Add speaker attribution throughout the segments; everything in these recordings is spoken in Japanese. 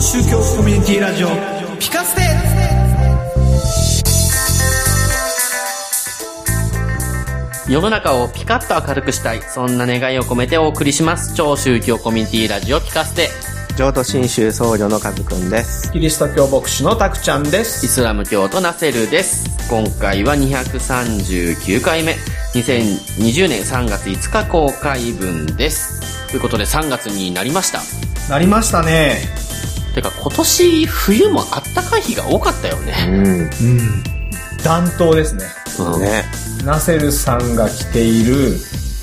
Speaker 1: 宗教コミュニティラジオピカステ
Speaker 2: 世の中をピカッと明るくしたい。そんな願いを込めてお送りします。超宗教コミュニティラジオピカステ。
Speaker 3: 浄土真宗僧侶のカズくんです。
Speaker 1: キリスト教牧師のたくちゃんです
Speaker 2: イスラム教徒ナセルです。今回は239回目。2020年3月5日公開分です。ということで3月になりました。
Speaker 1: なりましたね
Speaker 2: てか今年冬もあったかい日が多かったよね。
Speaker 3: うん。
Speaker 1: うん暖冬ですね
Speaker 2: うん
Speaker 3: ね。
Speaker 1: ナセルさんが着ている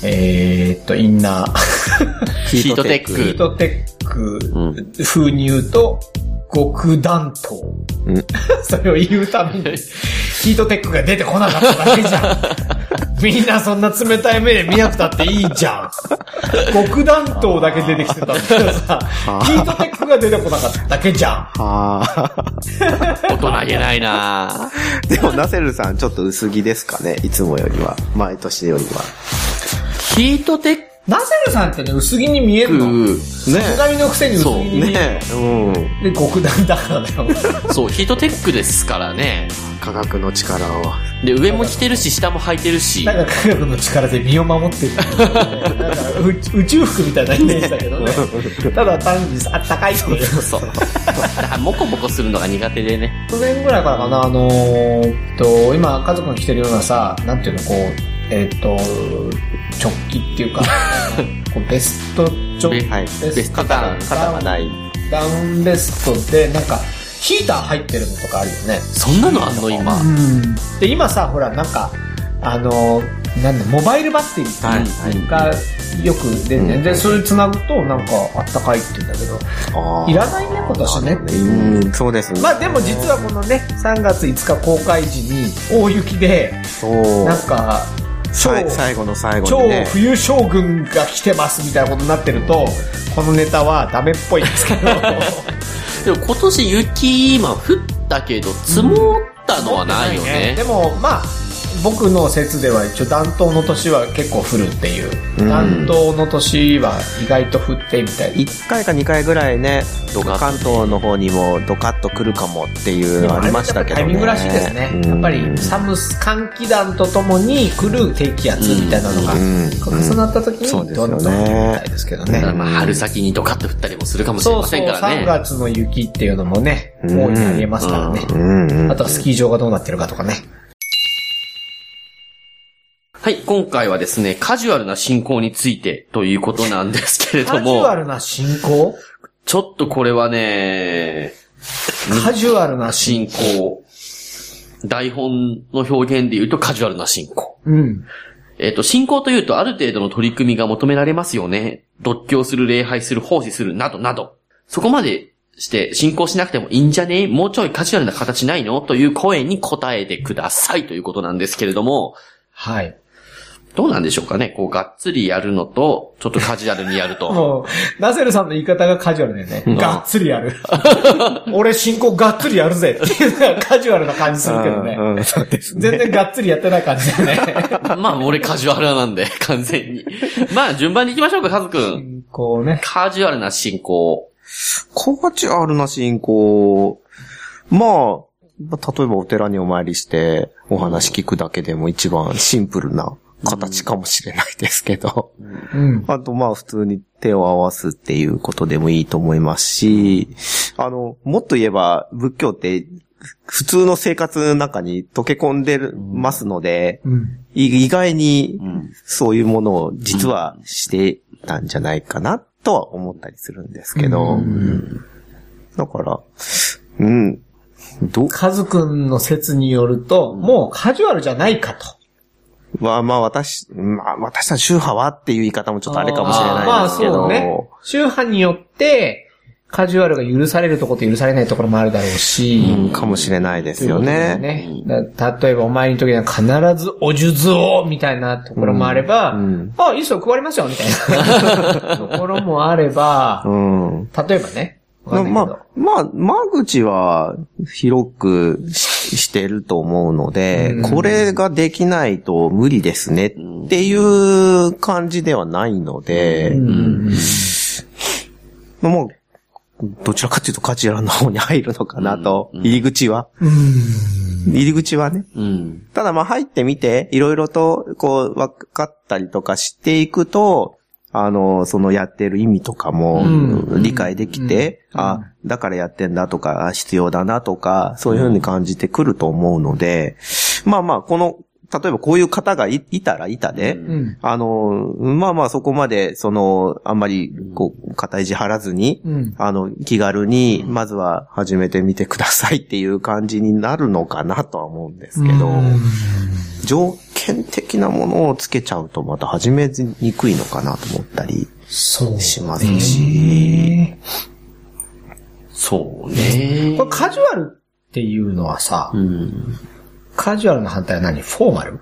Speaker 1: えー、っとインナー
Speaker 2: ヒートテック
Speaker 1: ヒートテック
Speaker 2: うん
Speaker 1: 風に言うと極暖冬
Speaker 3: うん。
Speaker 1: それを言うために、ヒートテックが出てこなかっただけじゃん。みんなそんな冷たい目で見なくたっていいじゃん。極暖冬だけ出てきてたんだけどさ、ヒートテックが出てこなかっただけじゃん。
Speaker 3: はあ。
Speaker 2: 大人げないなぁ
Speaker 3: でも、ナセルさん、ちょっと薄着ですかね。いつもよりは。毎年よりは。
Speaker 2: ヒートテッ
Speaker 1: ナセルさんってね、薄着に見えるの。
Speaker 2: ク、
Speaker 3: ね
Speaker 1: 鏡のくせに薄着に見える。
Speaker 3: ねうん。
Speaker 1: で、極暖だから だよ。
Speaker 2: そう、ヒートテックですからね。
Speaker 3: 科学の力を。
Speaker 2: で、上も着てるし、下も履いてるし。
Speaker 1: なんか科学の力で身を守ってる、 なんか宇宇宙服みたいなイメージだけどね。ただ単にあったかいっていう。
Speaker 2: そう。だから、モコモコするのが苦手でね。
Speaker 1: 去年ぐらいからかな、あのーえっと、今、家族が着てるようなさ、なんていうの、こう、えっと、直帰って いうか、こうベスト直、
Speaker 2: ベ
Speaker 3: はい。
Speaker 1: ベストダウン
Speaker 3: 肩がない。
Speaker 1: ダウンベストで、なんか、ヒーター入ってるのとかあるよね。
Speaker 2: そんなのあんの今。
Speaker 1: で、今さ、ほら、なんか、あのーなんだ、モバイルバッテリー
Speaker 2: はい
Speaker 1: がよく出て、
Speaker 3: うん
Speaker 1: で、それ繋ぐと、なんか、あったかいって言うんだけど、
Speaker 3: あ
Speaker 1: いらないね、今年ね。
Speaker 3: うん、そうですね。
Speaker 1: まあでも実はこのね、3月5日公開時に大雪で、
Speaker 3: そう。
Speaker 1: なんか、超
Speaker 3: さい最後の最後
Speaker 1: 超
Speaker 3: にね。
Speaker 1: 冬将軍が来てますみたいなことになってると、このネタはダメっぽいんです けど、
Speaker 2: でも今年雪、今降ったけど、積もったのはないよね
Speaker 1: で。もまあ、僕の説では一応暖冬の年は結構降るっていう。
Speaker 3: うん
Speaker 1: 暖冬の年は意外と降ってみたい。
Speaker 3: 1回か2回ぐらいね、
Speaker 2: ドカッと
Speaker 3: 関東の方にもドカッと来るかもっていうのありましたけどね。
Speaker 1: タイミングらしいですね。やっぱ
Speaker 3: うん
Speaker 1: り寒す、寒気団とともに来る低気圧みたいなのが
Speaker 3: うん
Speaker 1: 重なった時
Speaker 3: そう
Speaker 1: に
Speaker 3: です
Speaker 1: ど
Speaker 3: よ
Speaker 1: ん
Speaker 3: ね
Speaker 1: どん降るみたいですけど
Speaker 2: だ
Speaker 1: ね
Speaker 2: から。まあ春先にドカッと降ったりもするかもしれ
Speaker 1: そう
Speaker 2: ま
Speaker 1: そ
Speaker 2: せ
Speaker 1: う、
Speaker 2: んから
Speaker 1: 3
Speaker 2: ね。
Speaker 1: 月の雪っていうのもね、
Speaker 3: うん
Speaker 1: 大いにありえますからね。
Speaker 3: うんうん。
Speaker 1: あとはスキー場がどうなってるかとかね。
Speaker 2: はい、今回はですね、カジュアルな進行についてということなんですけれど
Speaker 1: カジュア
Speaker 2: も、
Speaker 1: ルな進行
Speaker 2: ちょっとこれはね、
Speaker 1: カジュアルな進
Speaker 2: 進行。台本の表現で言うとカジュアルな進行。
Speaker 1: うん。
Speaker 2: えっ、と、信仰というとある程度の取り組みが求められますよね。独協する、礼拝する、奉仕する、などなど。そこまでして信仰しなくてもいいんじゃねもうちょいカジュアルな形ないのという声に答えてくださいということなんですけれども、
Speaker 1: はい。
Speaker 2: どうなんでしょうかねこう、がっつりやるのと、ちょっとカジュアルにやる と。
Speaker 1: もう、 ナセルさんの言い方がカジュアルだよね。がっつりや る。俺進行がっつりやるぜっていうのがカジュアルな感じするけどね。
Speaker 3: うんうんそうですね。
Speaker 1: 全然がっつりやってない感じだよ ね。
Speaker 2: まあ、俺カジュアルなんで、 完全に。まあ、順番に行きましょうか、カズくん。
Speaker 1: 進行ね。
Speaker 2: カジュアルな信仰。
Speaker 3: カジュアルな信仰。まあ、まあ例えばお寺にお参りして、お話聞くだけでも一番シンプルな形かもしれないですけど。
Speaker 1: うん。
Speaker 3: あとまあ普通に手を合わすっていうことでもいいと思いますし、あの、もっと言えば仏教って普通の生活の中に溶け込んでますので、
Speaker 1: うん。
Speaker 3: い意外に
Speaker 2: ん
Speaker 3: そういうものを実はしてたんじゃないかなとは思ったりするんですけど、
Speaker 1: うん
Speaker 3: だから、うん、どう
Speaker 1: カズくんの説によると、もうカジュアルじゃないかと。
Speaker 3: は、まあ私、まあ私たち宗派はっていう言い方もちょっとあれかもしれないですけ
Speaker 1: ま
Speaker 3: ど、
Speaker 1: あそうね。宗派によって、カジュアルが許されるところと許されないところもあるだろうし、
Speaker 3: うんかもしれないですよね。
Speaker 1: ね。だ例えばお参りの時には必ずお術をみたいなところもあれば、
Speaker 3: うんうん
Speaker 1: あ、いいっすよ、配りますよみたい なところもあれば
Speaker 3: う、ん。
Speaker 1: 例えばね。わかんないけ
Speaker 3: ま
Speaker 1: ど
Speaker 3: あ、まあ、間口は広くししてると思うので、
Speaker 1: うん
Speaker 3: これができないと無理ですねっていう感じではないので、
Speaker 1: うん
Speaker 3: もう、どちらかというとカジュアルな方に入るのかなと、
Speaker 2: うんうん
Speaker 3: 入り口は。入り口はね。
Speaker 2: うん。
Speaker 3: ただまあ入ってみて、いろいろとこう分かったりとかしていくと、あの、そのやってる意味とかも
Speaker 1: うん
Speaker 3: 理解できて、
Speaker 1: うん
Speaker 3: あ、だからやってんだとか、あ必要だなとか、そういうふうに感じてくると思うので、まあまあ、この、例えばこういう方がいいたらいたで、
Speaker 2: うん
Speaker 1: うん。
Speaker 3: あの、まあまあそこまで、その、あんまり、こう、肩いじ張らずに、
Speaker 1: うん。
Speaker 3: あの、気軽に、まずは始めてみてくださいっていう感じになるのかなとは思うんですけど、条件的なものをつけちゃうとまた始めにくいのかなと思ったり
Speaker 1: そう。
Speaker 3: しますし、
Speaker 2: そうね
Speaker 1: こ。れカジュアルっていうのはさ、
Speaker 2: うん。
Speaker 1: カジュアルの反対は何フォーマル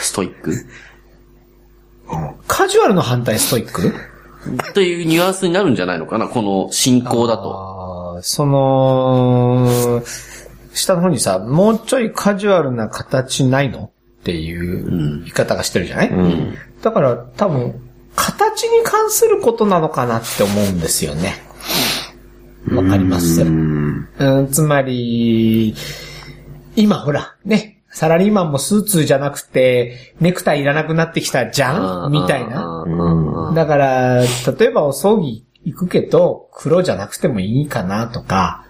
Speaker 2: ストイック。
Speaker 1: カジュアルの反対ストイック
Speaker 2: というニュアンスになるんじゃないのかなこの進行だと。
Speaker 1: あーその、下の方にさ、もうちょいカジュアルな形ないのっていう言い方がしてるじゃない、
Speaker 3: うん。
Speaker 1: だから多分、形に関することなのかなって思うんですよね。わかります
Speaker 3: うん。
Speaker 1: うん、つまり、今ほら、ね、サラリーマンもスーツじゃなくて、ネクタイいらなくなってきたじゃんみたいな。
Speaker 2: あー。あーあー
Speaker 1: だから、例えばお葬儀行くけど、黒じゃなくてもいいかなとか、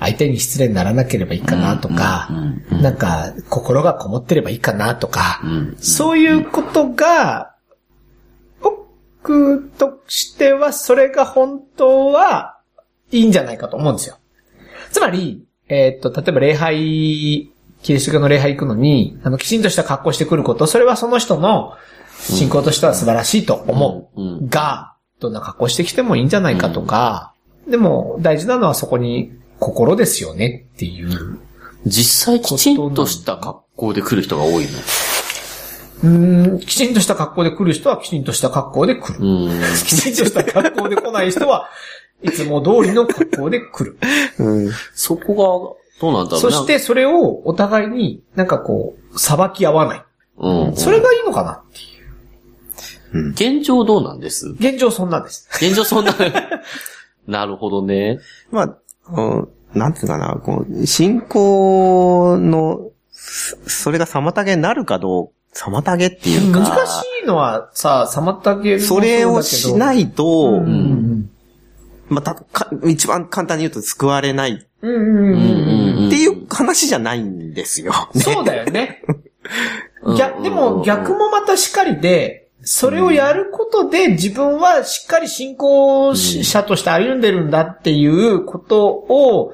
Speaker 1: 相手に失礼にならなければいいかなとか、なんか、心がこもってればいいかなとか、
Speaker 2: うん。
Speaker 1: そういうことが、僕としては、それが本当はいいんじゃないかと思うんですよ。つまり、えーっと、例えば礼拝、キリスト教の礼拝行くのに、あの、きちんとした格好してくること、それはその人の信仰としては素晴らしいと思う。
Speaker 2: うん
Speaker 1: が、どんな格好してきてもいいんじゃないかとか、でも、大事なのはそこに心ですよねっていう。
Speaker 2: 実際きちんとした格好で来る人が多いね。
Speaker 1: うーん、きちんとした格好で来る人はきちんとした格好で来る。
Speaker 2: うん。
Speaker 1: きちんとした格好で来ない人は、いつも通りの格好で来る。
Speaker 3: うん。
Speaker 2: そこが、どうなんだろう
Speaker 1: そ
Speaker 2: な。
Speaker 1: して、それをお互いになんかこう、裁き合わない。
Speaker 2: うん。
Speaker 1: それがいいのかなって
Speaker 2: 現状どうなんです
Speaker 1: いう。現状そんなんです。
Speaker 2: 現状 そんな、なるほどね。
Speaker 3: まあ、うんなんていうかな、こう、信仰の、そそれが妨げになるかどう妨げっていうか、
Speaker 1: 難しいのはさ、妨げる
Speaker 3: それをしないいと、
Speaker 1: うんうん
Speaker 3: まあたか、一番簡単に言うと救われないっ
Speaker 1: うん。うんうん
Speaker 2: う
Speaker 1: う
Speaker 2: ん
Speaker 1: ん
Speaker 2: うんうん
Speaker 3: ていう話じゃないんですよ。
Speaker 1: そうだよね。
Speaker 2: うん
Speaker 1: 逆でも逆もまたしかりで、それをやることで自分はしっかり信仰者として歩んでるんだっていうことを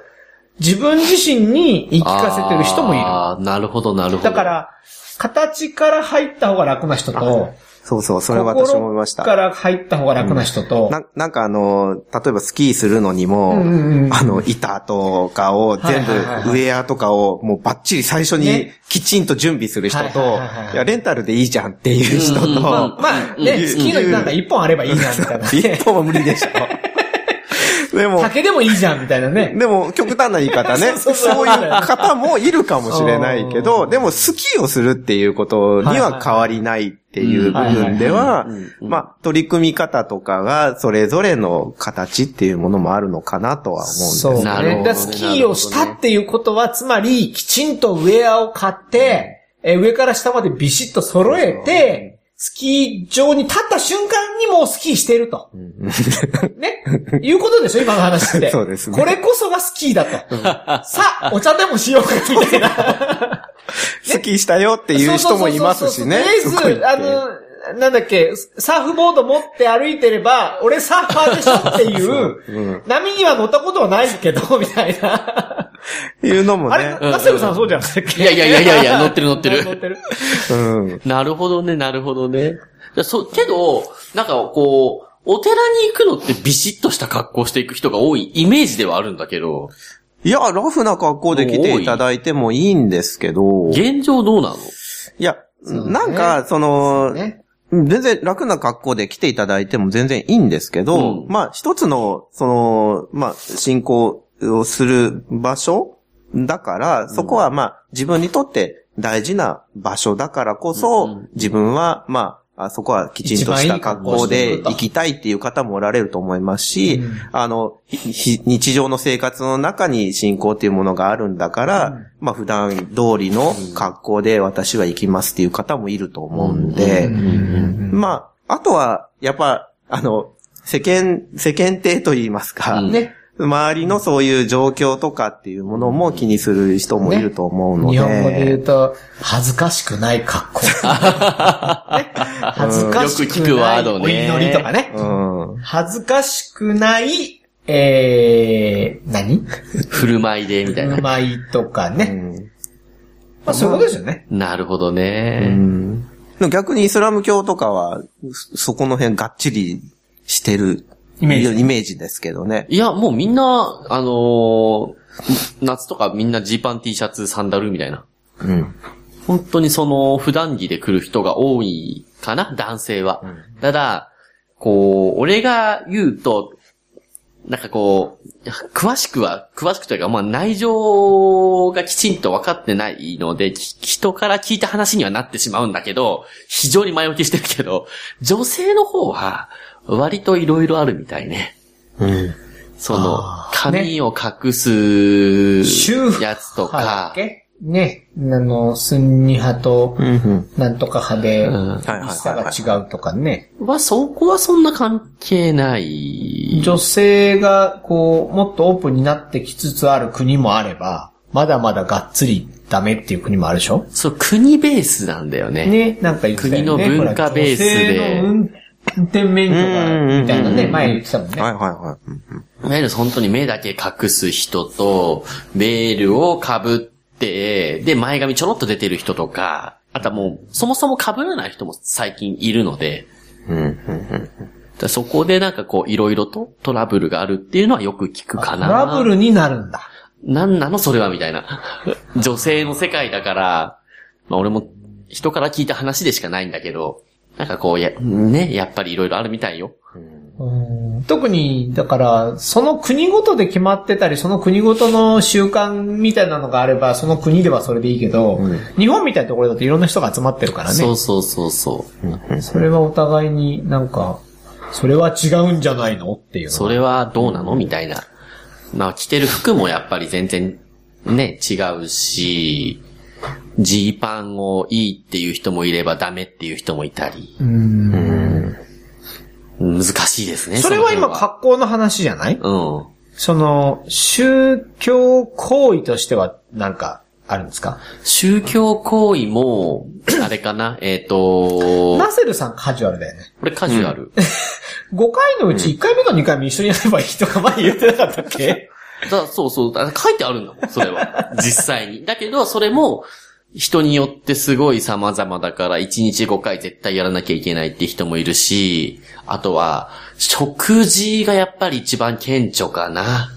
Speaker 1: 自分自身に言い聞かせてる人もいる。
Speaker 2: ああ、なるほど、なるほど。
Speaker 1: だか、ら、形から入った方が楽な人と、
Speaker 3: そうそう、それは私も思いました。
Speaker 1: 心から入った方が楽な人と、
Speaker 3: ななんかあの、例えばスキーするのにも、
Speaker 1: うんうんうん
Speaker 3: あの、板とかを全部、
Speaker 1: はいはいはいはい
Speaker 3: ウェアとかをもうバッチリ最初に
Speaker 1: ね
Speaker 3: きちんと準備する人と、
Speaker 1: はい
Speaker 3: い
Speaker 1: はいはいはい
Speaker 3: や、レンタルでいいじゃんっていう人と、
Speaker 2: うんうん
Speaker 1: まあ、まあね、スキーの板なんか一本あればいいな、みたいなね
Speaker 3: 一。本は無理でしょ。 でも、
Speaker 1: 竹でもいいじゃん、みたいなね。
Speaker 3: でも、極端な言い方ね。
Speaker 1: そうそうそう
Speaker 3: そういう方もいるかもしれないけ
Speaker 1: う
Speaker 3: ど、
Speaker 1: ん
Speaker 3: でも、スキーをするっていうことには変わりないっていう部分では
Speaker 2: はいはいはい、うん
Speaker 3: まあ、取り組み方とかが、それぞれの形っていうものもあるのかなとは思うんです
Speaker 1: そうね。
Speaker 2: なるほ
Speaker 1: だ
Speaker 2: どね
Speaker 1: からスキーをしたっていうことは、つまり、きちんとウェアを買って、えー上から下までビシッと揃えて、スキー場に立った瞬間にもうスキーしてると。ね。いうことでしょ今の話って。
Speaker 3: そうですね
Speaker 1: これこそがスキーだと。さあ、お茶でもしようか、みたい な。
Speaker 3: スキーしたよっていう人もいますしね。
Speaker 1: そうそうそうそうとりあえず、あの、なんだっけ、サーフボード持って歩いてれば、俺サーファーでしょって いう、波には乗ったことはないけど、みたいな。
Speaker 3: の、いうのも
Speaker 1: あれ、
Speaker 3: ね。
Speaker 1: ナセルさんそうじゃなかったっけ
Speaker 2: いやいやいやいやいや乗ってる乗ってる
Speaker 1: 乗ってる。
Speaker 3: うん。
Speaker 2: なるほどね、なるほどね。いやそう、けど、なんかこう、お寺に行くのってビシッとした格好していく人が多いイメージではあるんだけど、
Speaker 3: いや、ラフな格好で来ていただいてもいいんですけど、い
Speaker 2: 現状どうなの
Speaker 3: や、なんか、その、
Speaker 1: ね。
Speaker 3: 全然楽な格好で来ていただいても全然いいんですけど、
Speaker 2: うん
Speaker 3: まあ一つの、その、まあ進行をする場所だから、そこはまあ自分にとって大事な場所だからこそ、
Speaker 2: うん
Speaker 3: 自分はまあそこはきちんとした格好で行きたいっていう方もおられると思いますし、
Speaker 1: うん
Speaker 3: あの、ひひ日常の生活の中に信仰っていうものがあるんだから、まあ普段通りの格好で私は行きますっていう方もいると思うんで、
Speaker 1: うん
Speaker 3: まあ、あとは、やっぱ、あの、世間、世間体と言いますか、
Speaker 2: うん
Speaker 1: ね。
Speaker 3: 周りのそういう状況とかっていうものも気にする人もいると思うので、
Speaker 1: 日本語で言うと、恥ずかしくない格好。ね恥ずかし
Speaker 2: よく聞
Speaker 1: く
Speaker 2: くワ
Speaker 1: な
Speaker 2: ー
Speaker 1: い
Speaker 2: ドね
Speaker 1: お祈りとかね。
Speaker 3: うん。
Speaker 1: 恥ずかしくない、えー、何
Speaker 2: 振る舞いで、みたいな
Speaker 1: う。まいとか
Speaker 3: う
Speaker 1: ね。
Speaker 3: ん
Speaker 1: まあそういうことですよね。
Speaker 2: なるほど
Speaker 3: う
Speaker 2: ね。
Speaker 3: んでも逆にイスラム教とかは、そそこの辺がっちりしてる
Speaker 1: イメージ
Speaker 3: ですけどね。
Speaker 2: いや、もうみんな、あのー夏とかみんなジーパン T シャツ、サンダルみたいな。
Speaker 3: うん。
Speaker 2: 本当にその、普段着で来る人が多いかな、男性は。ただ、こう、俺が言うと、なんかこう、詳しくは、詳しくというか、まあ内情がきちんと分かってないので、き人から聞いた話にはなってしまうんだけど、非常に前置きしてるけど、女性の方は、割と色々あるみたいね。
Speaker 3: うん。
Speaker 2: その
Speaker 1: あ、ー
Speaker 2: 髪を隠す
Speaker 1: 修復
Speaker 2: やつと
Speaker 1: 派だ
Speaker 2: か
Speaker 1: っ、けね。あの、スンニ派と
Speaker 3: う、ん。
Speaker 1: なんとか派で
Speaker 2: う、ん
Speaker 3: はいはい
Speaker 1: 一
Speaker 3: はい、はい。
Speaker 1: 差が違うとかね。
Speaker 2: は、そこはそんな関係ない。
Speaker 1: 女性が、こう、もっとオープンになってきつつある国もあれば、まだまだがっつりダメっていう国もあるでしょ
Speaker 2: そう、国ベースなんだよね。
Speaker 1: ね、なんか言ってたよね。
Speaker 2: 国の文化ベースで
Speaker 1: ほら女性の運転免許が、みたいな
Speaker 3: うんうんうん
Speaker 1: ね、
Speaker 3: うん
Speaker 1: 前言ってたもんね。
Speaker 3: はいはいはい。うんうん
Speaker 2: いわゆる本当に目だけ隠す人と、ベールを被って、で、前髪ちょろっと出てる人とか、あとはもう、そもそも被らない人も最近いるので、
Speaker 3: うんうん
Speaker 2: だからそこでなんかこう、いろいろとトラブルがあるっていうのはよく聞くか
Speaker 1: ト
Speaker 2: な。
Speaker 1: ラブルになるんだ。
Speaker 2: なんなのそれはみたいな。 女性の世界だから、まあ俺も人から聞いた話でしかないんだけど、なんかこう、や、ね、やっぱりいろいろあるみたいよ。
Speaker 1: うん特に、だから、その国ごとで決まってたり、その国ごとの習慣みたいなのがあれば、その国ではそれでいいけど、
Speaker 3: うん
Speaker 1: 日本みたいなところだといろんな人が集まってるからね。
Speaker 2: そうそうそうそう。
Speaker 3: うんうん
Speaker 1: それはお互いになんか、それは違うんじゃないのっていうのは。
Speaker 2: それはどうなのみたいな。まあ着てる服もやっぱり全然ね、違うし、ジーパンをいいっていう人もいればダメっていう人もいたり、
Speaker 1: うん
Speaker 2: 難しいですね。
Speaker 1: それは今
Speaker 2: の辺は
Speaker 1: 格好の話じゃない
Speaker 2: うん。
Speaker 1: その、宗教行為としてはなんかあるんですか
Speaker 2: 宗教行為も、あれかな、えっ、と、
Speaker 1: ナセルさんカジュアルだよね。
Speaker 2: これカジュアル。
Speaker 1: 5回のうち1回目と2回目一緒にやればいいとか前言ってなかったっ け
Speaker 2: だそうそう、あ書いてあるんだもん、それは。実際に。だけど、それも、人によってすごい様々だから、1日5回絶対やらなきゃいけないって人もいるし、あとは、食事がやっぱり一番顕著かな。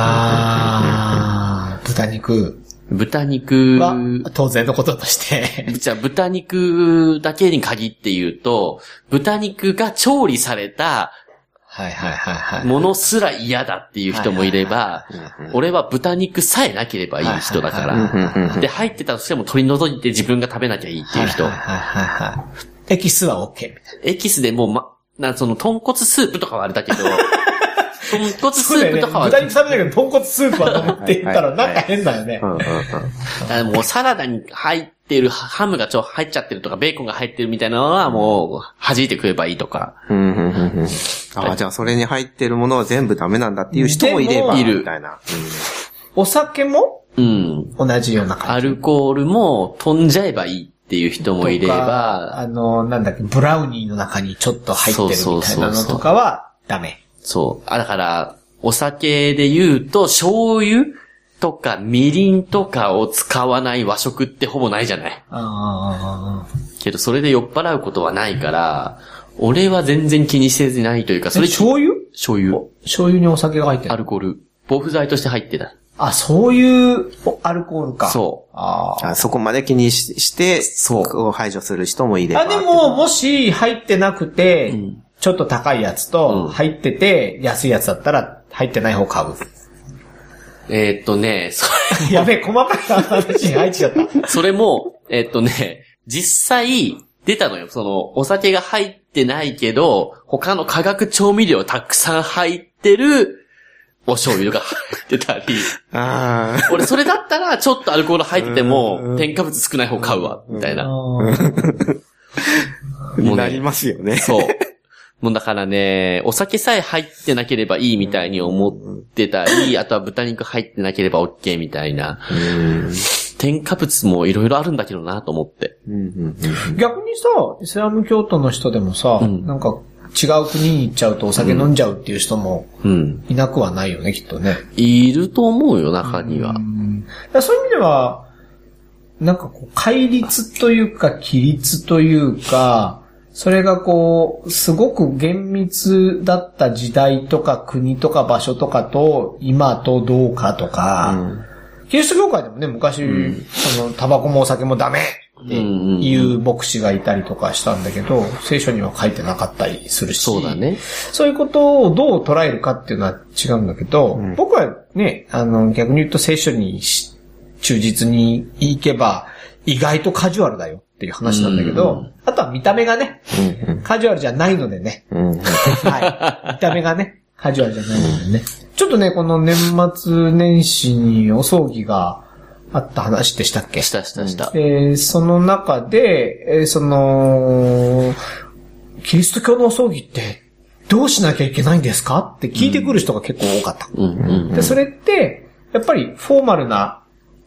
Speaker 1: あー、豚肉
Speaker 2: 豚肉
Speaker 1: は当然のこととして。
Speaker 2: じゃあ豚肉だけに限って言うと、豚肉が調理された
Speaker 1: はいはいはいはい。
Speaker 2: ものすら嫌だっていう人もいれば、俺は豚肉さえなければいい人だか
Speaker 1: はい
Speaker 2: ら、で、入ってたとしても取り除いて自分が食べなきゃいいっていう人
Speaker 1: はい。はいはいはい。エキスは OK みたい
Speaker 2: エキスでもう、ま、な、その、豚骨スープとかはあれ だけど、豚骨スープとか
Speaker 1: な。
Speaker 2: は、
Speaker 1: 豚肉食べたけど、豚骨スープは飲むって言ったらなんか変だよね。
Speaker 3: うんうん
Speaker 2: あもうサラダに入ってる、ハムがちょ、入っちゃってるとか、ベーコンが入ってるみたいなのはもう、弾いて食えばいいとか。
Speaker 3: うんうんうんうんあじゃあそれに入ってるものは全部ダメなんだっていう人もいれば、
Speaker 2: でもいる
Speaker 3: みたいな。
Speaker 1: お酒も
Speaker 2: うん。
Speaker 1: 同じような感じ。
Speaker 2: アルコールも飛んじゃえばいいっていう人もいれ
Speaker 1: とか
Speaker 2: ば、
Speaker 1: あの、なんだっけ、ブラウニーの中にちょっと入ってるみたいなのとかは、ダメ。
Speaker 2: そう。あ、だから、お酒で言うと、醤油とかみりんとかを使わない和食ってほぼないじゃない。
Speaker 1: あ
Speaker 2: けど、それで酔っ払うことはないから、俺は全然気にせずないというか、
Speaker 1: そ
Speaker 2: そ
Speaker 1: れ
Speaker 2: れ
Speaker 1: 醤油
Speaker 2: 醤油、
Speaker 1: 醤油にお酒が入って
Speaker 2: ア
Speaker 1: る。
Speaker 2: ルコール、防腐剤として入ってた。
Speaker 1: あ、そういうおアルコールか。う。
Speaker 2: そう。
Speaker 1: あー
Speaker 3: あそこまで気にしして、
Speaker 2: そう
Speaker 3: こ排除する人もいれば。
Speaker 1: あ、でも、もし入ってなくて、
Speaker 2: ん
Speaker 1: ちょっと高いやつ
Speaker 2: う
Speaker 1: と、
Speaker 2: ん
Speaker 1: 入ってて安いやつだったら、入ってない方買う。
Speaker 2: えーっとね、 そ
Speaker 1: やべえ、細かい話に入っちゃった。
Speaker 2: それも、えーっとね、実際、出たのよ。その、お酒が入ってないけど、他の化学調味料たくさん入ってる、お醤油が入ってたり。
Speaker 3: ああ。
Speaker 2: 俺、それだったら、ちょっとアルコール入ってて
Speaker 3: うんう
Speaker 2: も、
Speaker 3: ん
Speaker 2: 添加物少ない方買うわ、みたいな。もうね
Speaker 3: になりますよね。
Speaker 2: そう。もうだからね、お酒さえ入ってなければいいみたいに思ってたり、あとは豚肉入ってなければ OK みたいな。
Speaker 3: うん。
Speaker 2: 添加物もいろいろあるんだけどなと思って。
Speaker 3: うん。
Speaker 1: 逆にさ、イスラム教徒の人でもさ、
Speaker 2: うん
Speaker 1: なんか違う国に行っちゃうとお酒飲んじゃうっていう人も
Speaker 2: うん。
Speaker 1: いなくはないよね、きっとね。
Speaker 2: いると思うよ、中には
Speaker 1: う。んだからそういう意味では、なんかこう、戒律というか、規律というか、それがこう、すごく厳密だった時代とか国とか場所とかと、今とどうかとか、キリスト教会でもね、昔、その、タバコもお酒もダメっていう牧師がいたりとかしたんだけど、聖書には書いてなかったりするし、
Speaker 2: そうだね。
Speaker 1: そういうことをどう捉えるかっていうのは違うんだけど、僕はね、あの、逆に言うと聖書にし忠実に行けば、意外とカジュアルだよっていう話なんだけど、
Speaker 2: うん
Speaker 1: あとは見た目がね、カジュアルじゃないのでね、
Speaker 3: うん。うん。
Speaker 1: はい。見た目がね、カジュアルじゃないのでね。ちょっとね、この年末年始にお葬儀があった話でしたっけ
Speaker 2: したしたした。
Speaker 1: えーその中で、えーその、キリスト教のお葬儀ってどうしなきゃいけないんですかって聞いてくる人が結構多かった。
Speaker 2: うんうん。
Speaker 1: で、それって、やっぱりフォーマルな、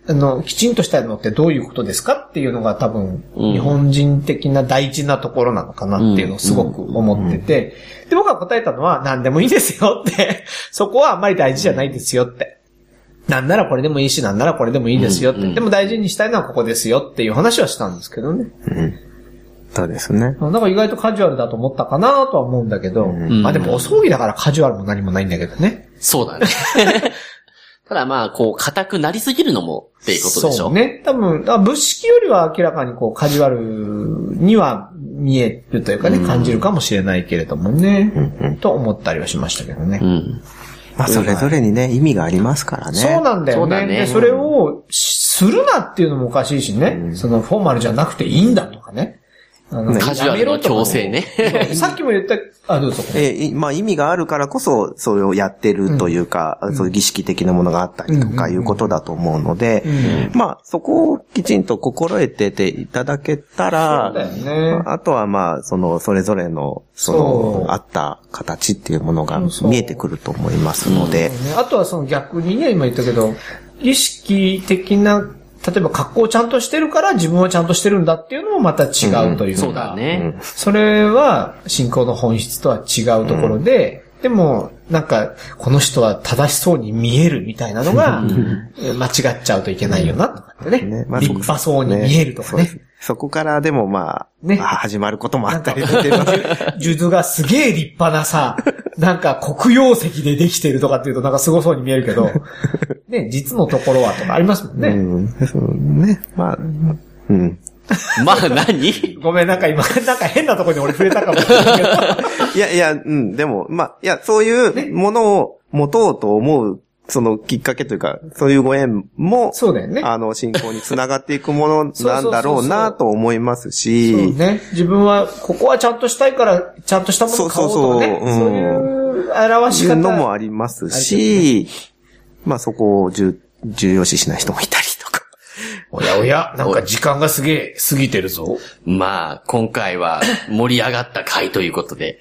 Speaker 1: あの、きちんとしたのってどういうことですかっていうのが多分、
Speaker 2: うん
Speaker 1: 日本人的な大事なところなのかなっていうのをすごく思ってて、で、僕が答えたのは、何でもいいですよって、 そこはあんまり大事じゃないですよって。なんならこれでもいいし、なんならこれでもいいですよって。
Speaker 2: うんうん
Speaker 1: でも大事にしたいのはここですよっていう話はしたんですけどね。
Speaker 3: そうですね。
Speaker 1: なんか意外とカジュアルだと思ったかなとは思うんだけど、
Speaker 3: ん
Speaker 1: まあでもお葬儀だからカジュアルも何もないんだけどね。
Speaker 2: そうだね。 ただまあ、こう、硬くなりすぎるのもっていうことでしょ。
Speaker 1: そうね。多分、あ物式よりは明らかにこうカジュアルには見えるというかね、感じるかもしれないけれどもね、と思ったりはしましたけどね。
Speaker 2: うん。
Speaker 3: まあ、それぞれにね、意味がありますからね。
Speaker 1: そうなんだ
Speaker 2: そ
Speaker 1: よ
Speaker 2: う
Speaker 1: ね。
Speaker 2: だね
Speaker 1: で、それをするなっていうのもおかしいしね、そのフォーマルじゃなくていいんだとかね。あの
Speaker 2: カジュアルの強制。ね。
Speaker 1: やめろとか そうさっきも言った、あ、どうぞ。
Speaker 3: えーいまあ意味があるからこそ、それをやってるというか、そういう儀式的なものがあったりとかいうことだと思うので、まあそこをきちんと心得てていただけたら、
Speaker 1: そうだよね
Speaker 3: あとはまあ、その、それぞれの、そ
Speaker 1: そう
Speaker 3: の、あった形っていうものが
Speaker 1: うんそう
Speaker 3: 見えてくると思いますので、
Speaker 1: ねあとはその逆にね、今言ったけど、意識的な、例えば格好をちゃんとしてるから自分はちゃんとしてるんだっていうのもまた違うというか、
Speaker 2: そうだね。
Speaker 1: それは信仰の本質とは違うところで、でも、なんか、この人は正しそうに見えるみたいなのが、間違っちゃうといけないよな、とかってね。
Speaker 3: ねまあ
Speaker 1: 立派そうに見えるとか
Speaker 3: そうで
Speaker 1: ね
Speaker 3: す。そこからでもまあ、
Speaker 1: ね
Speaker 3: あ始まることもあ
Speaker 1: なん
Speaker 3: った
Speaker 1: か、
Speaker 3: りとか、
Speaker 1: 数珠がすげえ立派なさ、なんか黒曜石でできてるとかっていうとなんかすごそうに見えるけど、 ね、実のところはとかありますもん
Speaker 3: う
Speaker 1: ね。
Speaker 3: ん、そうね、まあ、うん。
Speaker 2: まあ何
Speaker 1: ごめん、なんか今、 なんか変なとこに俺触れたかもしれないけど。
Speaker 3: いやいや、うん、でも、まあ、いや、そういうものを持とうと思う、そのきっかけというか、そういうご縁 も、
Speaker 1: そうだよね。
Speaker 3: あの、信仰につながっていくもの
Speaker 1: そうそう
Speaker 3: な
Speaker 1: そ
Speaker 3: ん
Speaker 1: う
Speaker 3: だろうなと思いま
Speaker 1: そ
Speaker 3: すし、
Speaker 1: うね。自分は、ここはちゃんとしたいから、ちゃんとしたものを買おうとかね。
Speaker 3: そうそうそう
Speaker 1: そういう表
Speaker 3: い
Speaker 1: し
Speaker 3: う
Speaker 1: 方。
Speaker 3: のもありますし、まあ、そこを重重要視しない人もいたりとか。
Speaker 1: おやおや、なんか時間がすげえ過ぎてるぞ。
Speaker 2: まあ、今回は盛り上がった回ということで。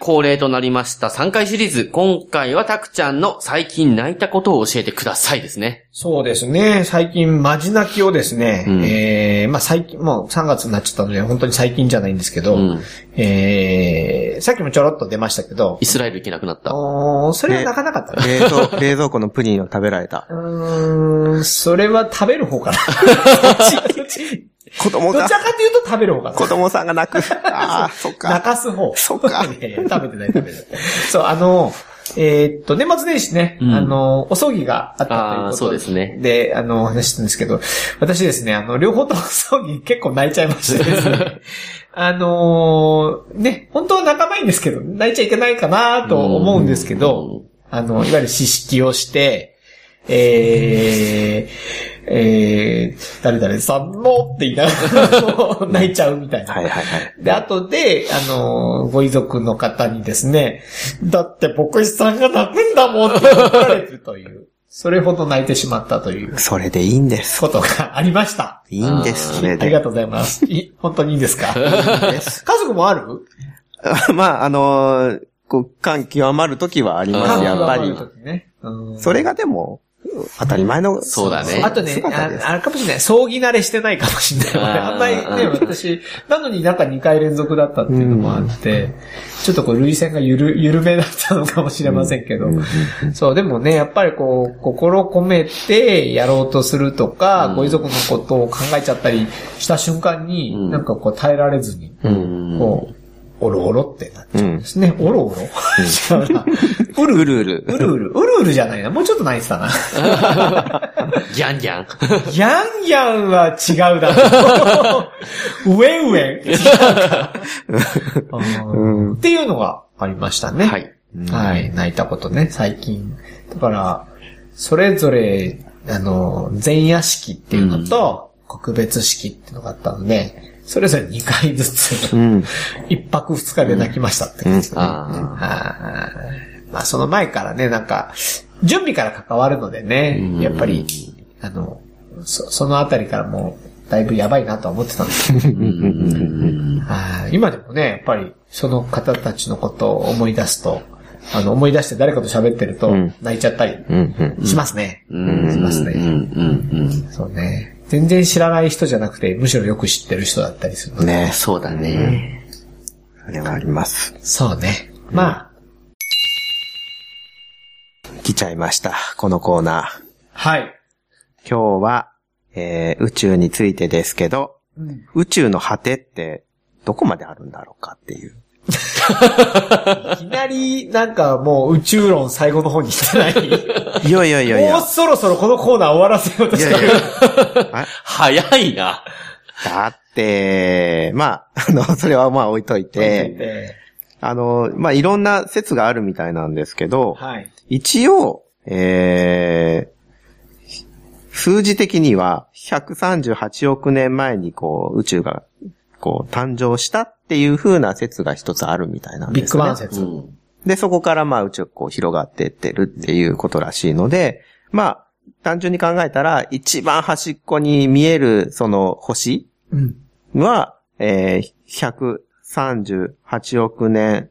Speaker 2: 恒例となりました3回シリーズ。今回はたくちゃんの最近泣いたことを教えてくださいですね。
Speaker 1: そうですね。最近、マジ泣きをですね、
Speaker 2: うん
Speaker 1: えー、まあ最近、もう3月になっちゃったので、本当に最近じゃないんですけど、
Speaker 2: うん
Speaker 1: えー、さっきもちょろっと出ましたけど
Speaker 2: イ、スラエル行けなくなった。
Speaker 1: おーそれは泣かなかったね。
Speaker 3: 冷蔵、冷蔵庫のプリンを食べられた
Speaker 1: う。ーん、それは食べる方 かな。どっち
Speaker 3: 子供
Speaker 1: どちら
Speaker 3: が、
Speaker 1: かというと食べる方かな。
Speaker 3: 子供さんが泣く。 ああ、そっ
Speaker 1: 泣
Speaker 3: か。
Speaker 1: かす方。
Speaker 3: そっか
Speaker 1: いやいや食べてない食べてない。そう、あの、えーっと、年末年始ね、
Speaker 2: うん
Speaker 1: あの、お葬儀があったということ
Speaker 2: ああ、そうですね。
Speaker 1: で、あの、お話ししたんですけど、私ですね、あの、両方とも葬儀結構泣いちゃいましてです ね。あのーね、本当は仲間いいんですけど、泣いちゃいけないかなと思うんですけど、あの、いわゆる死式をして、えー、えー、誰々さんもって言いなが ら泣いちゃうみたいな。
Speaker 3: はいはいはい。
Speaker 1: で、後で、あのーご遺族の方にですね、だって牧師さんが泣くんだもんって怒られるという、それほど泣いてしまったという
Speaker 3: それでいいんです。
Speaker 1: ことがありました。
Speaker 3: いいんです、それ
Speaker 1: あ
Speaker 3: で。
Speaker 1: りがとうございます。い本当にいいですか家族もある
Speaker 3: まあ、あのーこう、感極まるときはあります、やっぱり。
Speaker 1: 時ね。うん
Speaker 3: それがでも、当たり前の。
Speaker 2: そうだね
Speaker 1: あとね、
Speaker 3: 姿です
Speaker 1: ああれかもしれない。葬儀慣れしてないかもしれない。
Speaker 2: あー
Speaker 1: あんまりね、私、なのになんか2回連続だったっていうのもあって、ちょっとこう、類線がゆる、緩めだったのかもしれませんけど。そう、でもね、やっぱりこう、心を込めてやろうとするとか、
Speaker 2: うん
Speaker 1: ご遺族のことを考えちゃったりした瞬間に、
Speaker 2: うん
Speaker 1: なんかこう、耐えられずに、
Speaker 3: うん。
Speaker 1: こう、おろおろってなっちゃうんですね。おろおろ 違うな。
Speaker 3: うるうるうる。
Speaker 1: うるうる、うるうるじゃないな。もうちょっと泣いてたな。
Speaker 2: ギャンギャン。
Speaker 1: ギャンギャンは違うだろう。ウェンウェン違うかうんっていうのがありましたね。
Speaker 2: は。い。
Speaker 1: はい。泣いたことね、最近。だから、それぞれ、あの、前夜式っていうのと、告別式っていうのがあったので、それぞれ2回ずつ、
Speaker 3: うん。
Speaker 1: 一泊二日で泣きましたって感じ、ね
Speaker 2: あ
Speaker 1: はいまあ、その前からね、なんか、準備から関わるのでね、やっぱり、あの、そそのあたりからもう、だいぶやばいなとは思ってたんですけど、
Speaker 2: ーうん。
Speaker 1: はい今でもね、やっぱり、その方たちのことを思い出すと、あの、思い出して誰かと喋ってると
Speaker 3: ん、
Speaker 1: 泣いちゃったり
Speaker 3: うん。うん。
Speaker 1: しますね。
Speaker 2: うん。
Speaker 1: します
Speaker 2: うん。う
Speaker 1: ね。
Speaker 2: ん。
Speaker 1: そうね。全然知らない人じゃなくて、むしろよく知ってる人だったりするので。
Speaker 2: うん。
Speaker 3: ね
Speaker 2: そうだね。
Speaker 3: それはあります。
Speaker 1: そうね。ま
Speaker 3: 来ちゃいました、このコーナー。
Speaker 1: あ、はい。
Speaker 3: 今日は、えー、宇宙についてですけど、
Speaker 1: うん
Speaker 3: 宇宙の果てって、どこまであるんだろうかっ ていう。
Speaker 1: いきなり、なんかもう宇宙論最後の方に行ってない。
Speaker 3: いやいやいやい
Speaker 1: も
Speaker 3: や
Speaker 1: う。そろそろこのコーナー終わらせようと
Speaker 3: い
Speaker 1: し
Speaker 3: や
Speaker 1: てる。
Speaker 3: いやいや。あ
Speaker 2: 早いな。
Speaker 3: だって、まあ、あ の、それはまあ置いといて、
Speaker 1: え
Speaker 3: あの、まあいろんな説があるみたいなんですけど、
Speaker 1: はい。
Speaker 3: 一応、えー、数字的には138億年前にこう宇宙がこう誕生したっていう風な説が一つあるみたいなん
Speaker 1: ビ
Speaker 3: で
Speaker 1: ッ
Speaker 3: す
Speaker 1: グ
Speaker 3: ね。
Speaker 1: バン
Speaker 2: う
Speaker 1: 説。
Speaker 2: ん。
Speaker 3: で、そこからまあ宇宙がこう広がってってるっていうことらしいので、まあ単純に考えたら一番端っこに見えるその星
Speaker 1: うん。
Speaker 3: は、えー、138億年、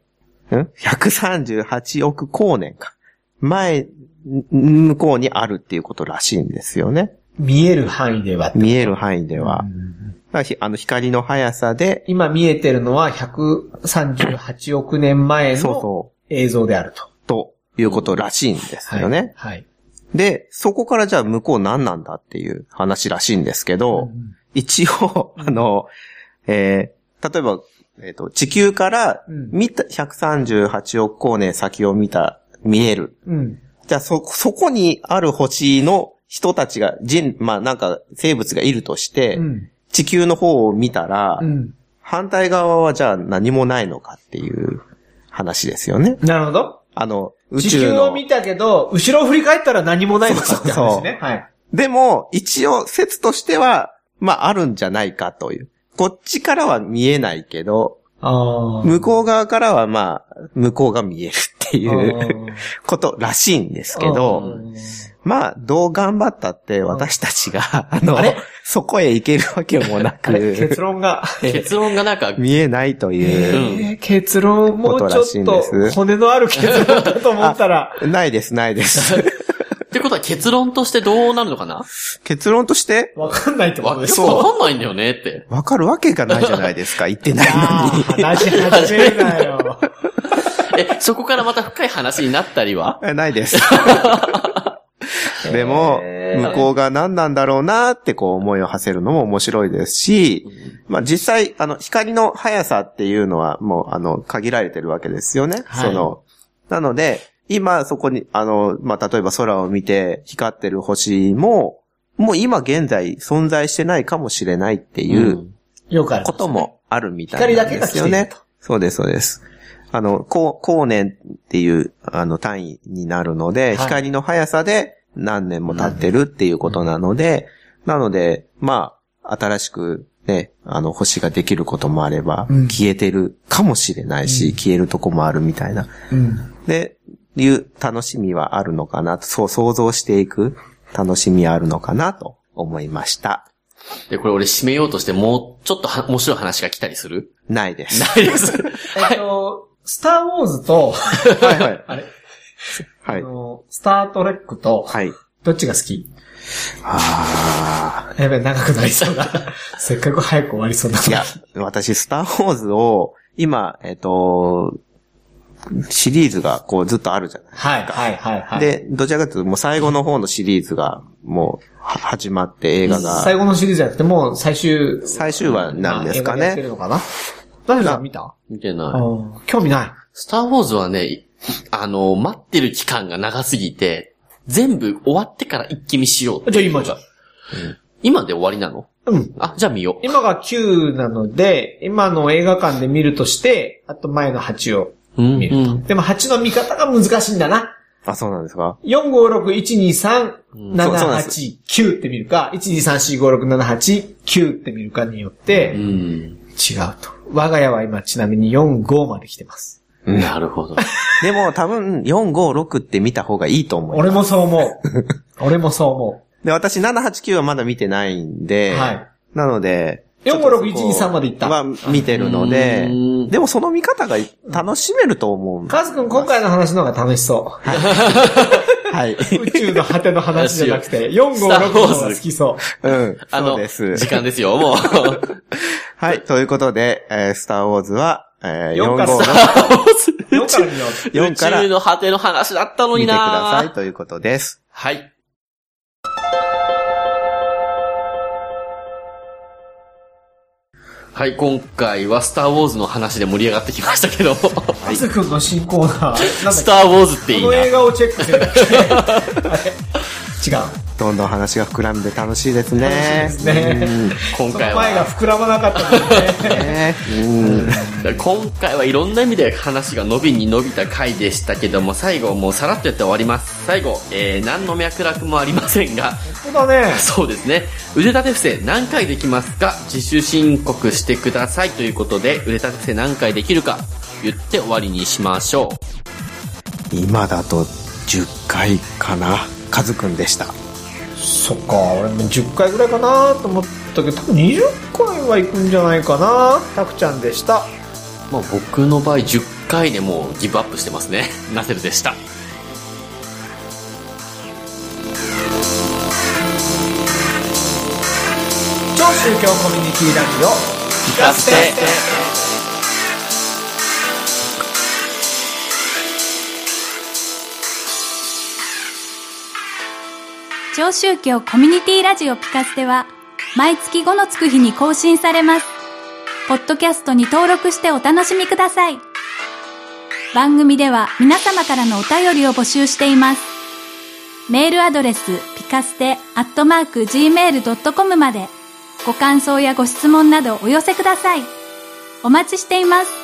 Speaker 3: ん ?138 億光年か。前、ん向こうにあるっていうことらしいんですよね。
Speaker 1: 見える範囲では。
Speaker 3: 見える範囲では
Speaker 1: う。ん
Speaker 3: だからひあの光の速さで、
Speaker 1: 今見えてるのは138億年前
Speaker 3: そう
Speaker 1: の
Speaker 3: そ
Speaker 1: 映像であると。
Speaker 3: う、ということらしいんですよね。
Speaker 1: はい。
Speaker 3: で、そこからじゃあ向こう何なんだっていう話らしいんですけ
Speaker 1: はい
Speaker 3: ど、一応、あの、えー例えば、えっ、と、地球から
Speaker 1: うん
Speaker 3: 見た、138億光年先を見た、見える。
Speaker 1: うん。
Speaker 3: じゃあ、そ、そこにある星の人たちが、人、まあなんか生物がいるとして、
Speaker 1: うん。
Speaker 3: 地球の方を見たら、
Speaker 1: うん。
Speaker 3: 反対側はじゃあ何もないのかっていう話ですよね。
Speaker 1: なるほど。
Speaker 3: あの、宇
Speaker 1: 地
Speaker 3: 宙
Speaker 1: 球
Speaker 3: の。
Speaker 1: を見たけど、後ろを振り返ったら何もないのかって
Speaker 3: そうそ
Speaker 1: 話
Speaker 3: う
Speaker 1: ね。はい。
Speaker 3: でも、一応説としては、まああるんじゃないかという。こっちからは見えないけど、
Speaker 1: あー
Speaker 3: 向こう側からはまあ、向こうが見えるってい
Speaker 1: あ
Speaker 3: う
Speaker 1: ー
Speaker 3: ことらしいんですけ
Speaker 1: あ
Speaker 3: ど、
Speaker 1: ー
Speaker 3: まあ、どう頑張ったって私た ちが、あの
Speaker 1: あれ、
Speaker 3: そこへ行けるわけもな
Speaker 1: あれ、
Speaker 3: く、
Speaker 1: 結論が。
Speaker 2: 結論がなんか、
Speaker 3: 見えないという。
Speaker 1: えー結論、もうちょ
Speaker 3: ことらしい
Speaker 1: っ
Speaker 3: んで
Speaker 1: と
Speaker 3: す
Speaker 1: 骨のある結論だと思った ら。
Speaker 3: ないです、ないです。
Speaker 2: ってことは結論としてどうなるのかな
Speaker 3: 結論として、
Speaker 1: わかんないってこと
Speaker 2: わ
Speaker 1: で
Speaker 2: よ
Speaker 1: し
Speaker 2: く
Speaker 1: ょ
Speaker 2: わかんないんだよねって。
Speaker 3: わかるわけがないじゃないですか、言ってない
Speaker 1: あ
Speaker 3: のに。
Speaker 1: ー話し始めるな よ。
Speaker 2: え、そこからまた深い話になったりは
Speaker 3: えな いです。でも、
Speaker 1: えー
Speaker 3: 向こうが何なんだろうなってこう思いを馳せるのも面白いですし、まあ実際、あの、光の速さっていうのはもう、あの、限られてるわけですよね。
Speaker 2: はい
Speaker 3: その、なので、今そこに、あの、まあ例えば空を見て光ってる星も、もう今現在存在してないかもしれないっていう、
Speaker 2: うん
Speaker 1: よくある。
Speaker 3: こと。もあるみたいなんですよ
Speaker 1: 光だけが来てい
Speaker 3: ね
Speaker 1: ると。
Speaker 3: そうです、そうです。あの、光光年っていう、あの、単位になるので、
Speaker 1: はい
Speaker 3: 光の速さで何年も経ってるっていうことなので、なので、まあ、新しくね、あの、星ができることもあれば、
Speaker 1: うん
Speaker 3: 消えてるかもしれないし、消えるとこもあるみたいな。
Speaker 1: うん。
Speaker 3: で、いう楽しみはあるのかなと、そう想像していく楽しみはあるのかなと思いました。
Speaker 2: で、これ俺締めようとして、もうちょっとは面白い話が来たりする
Speaker 3: ないです。
Speaker 2: ないです。
Speaker 1: えっと、スターウォーズと、
Speaker 3: はいはい。
Speaker 1: あれ
Speaker 3: は
Speaker 1: あ
Speaker 3: い。
Speaker 1: の、スタートレックと、
Speaker 3: はい。
Speaker 1: どっちが好き
Speaker 3: あ
Speaker 1: やべ、長くなりそう だ。せっかく早く終わりそうだ
Speaker 3: ーいや、私、スターウォーズを、今、えっ、と、シリーズがこうずっとあるじゃない。
Speaker 1: はい、はい、はい、はい。、
Speaker 3: で、どちらかというと、もう最後の方のシリーズが、もう、は始まって映画
Speaker 1: 最
Speaker 3: が、
Speaker 1: 後のシリーズやって、もう最終。
Speaker 3: 最終話なんですか
Speaker 1: まあ映画やって
Speaker 3: ね。
Speaker 1: るのかな大丈夫見た
Speaker 2: 見て
Speaker 1: あ
Speaker 2: ない。
Speaker 1: ー興味ない。
Speaker 2: スターウォーズはね、あの、待ってる期間が長すぎて、全部終わってから一気見しようって
Speaker 1: じゃあ
Speaker 2: いう
Speaker 1: 今
Speaker 2: のが
Speaker 1: じゃん。
Speaker 2: 今で終わりなの
Speaker 1: うん。
Speaker 2: あ、じゃあ見よ
Speaker 1: 今が9なので、今の映画館で見るとして、あと前の8を
Speaker 2: う。うん
Speaker 1: 見ると。でも8の見方が難しいんだな。
Speaker 3: あ、そうなんですか
Speaker 1: 4、5、6、1、2、3、
Speaker 2: うん
Speaker 1: 7、
Speaker 3: そうそうなんで
Speaker 1: 8、9って見るか、1、2、3、4、5、6、7、8、9って見るかによって、
Speaker 2: う。
Speaker 1: 違うんと。我が家は今ちなみに4、5まで来てます。
Speaker 2: うん。なるほど。
Speaker 3: でも、多分、4、5、6って見た方がいいと思う。
Speaker 1: 俺もそう思う。 俺もそう思
Speaker 3: で、私、7、8、9はまだ見てないん
Speaker 1: う。
Speaker 3: で、
Speaker 1: はい。
Speaker 3: なので、
Speaker 1: 4、5、6、1、2、3
Speaker 3: 3
Speaker 1: まで行った。
Speaker 3: は見てるので
Speaker 2: う、ん
Speaker 3: でもその見方が楽しめると思う。
Speaker 1: カズくん今回の話の方が楽しそ
Speaker 3: はい。
Speaker 1: う。宇宙の果ての話じゃなくて、4、5、6
Speaker 2: スター
Speaker 1: の
Speaker 2: ウォーズ
Speaker 1: 方が好きそう。
Speaker 3: うん。
Speaker 2: あ
Speaker 3: そう
Speaker 2: の、
Speaker 3: です。
Speaker 2: 時間ですよ、もう。
Speaker 3: はい。ということで、えースターウォーズは、えー、
Speaker 1: 4
Speaker 3: 4、
Speaker 1: から
Speaker 3: 5、
Speaker 1: 4
Speaker 3: 6
Speaker 1: から見よう。
Speaker 3: 4
Speaker 2: 宇
Speaker 3: から
Speaker 2: 宙の果ての話だったの
Speaker 3: 見
Speaker 2: に
Speaker 3: てくだ
Speaker 2: な
Speaker 3: さいということです。
Speaker 2: はい。はい、今回はスターウォーズの話で盛り上がってきましたけど、
Speaker 1: カズくんの新コーナー、なんだっ
Speaker 2: スターウォーズって
Speaker 1: け
Speaker 2: いい
Speaker 1: この
Speaker 2: な。
Speaker 1: 映画をチェックしてるっけあれ違う。
Speaker 3: どんどん話が膨らんで楽しいですね。
Speaker 1: 楽しいですね
Speaker 3: うん
Speaker 2: 今
Speaker 1: その
Speaker 2: 回
Speaker 1: 前が
Speaker 2: は、
Speaker 1: 膨らまなかったのでね。
Speaker 3: ねうん
Speaker 2: 今回はいろんな意味で話が伸びに伸びた回でしたけども、最後もうさらっとやって終わります。最後、えー、何の脈絡もありませんが、
Speaker 1: 本当だね。
Speaker 2: そうですね。腕立て伏せ何回できますか自主申告してくださいということで、腕立て伏せ何回できるか言って終わりにしましょう。
Speaker 3: 今だと10回かな。カズくんでした。
Speaker 1: そっか、俺も10回ぐらいかなと思ったけど、多分20回は行くんじゃないかなたくちゃんでした。
Speaker 2: まあ僕の場合10回でもうギブアップしてますね。 ナセルでした。
Speaker 1: 超宗教コミュニティラジオ、聞かせて
Speaker 4: 上宗教コミュニティラジオピカステは毎月5のつく日に更新されます。ポッドキャストに登録してお楽しみください。番組では皆様からのお便りを募集しています。メールアドレスピカステアットマーク gmail.com までご感想やご質問などお寄せください。お待ちしています。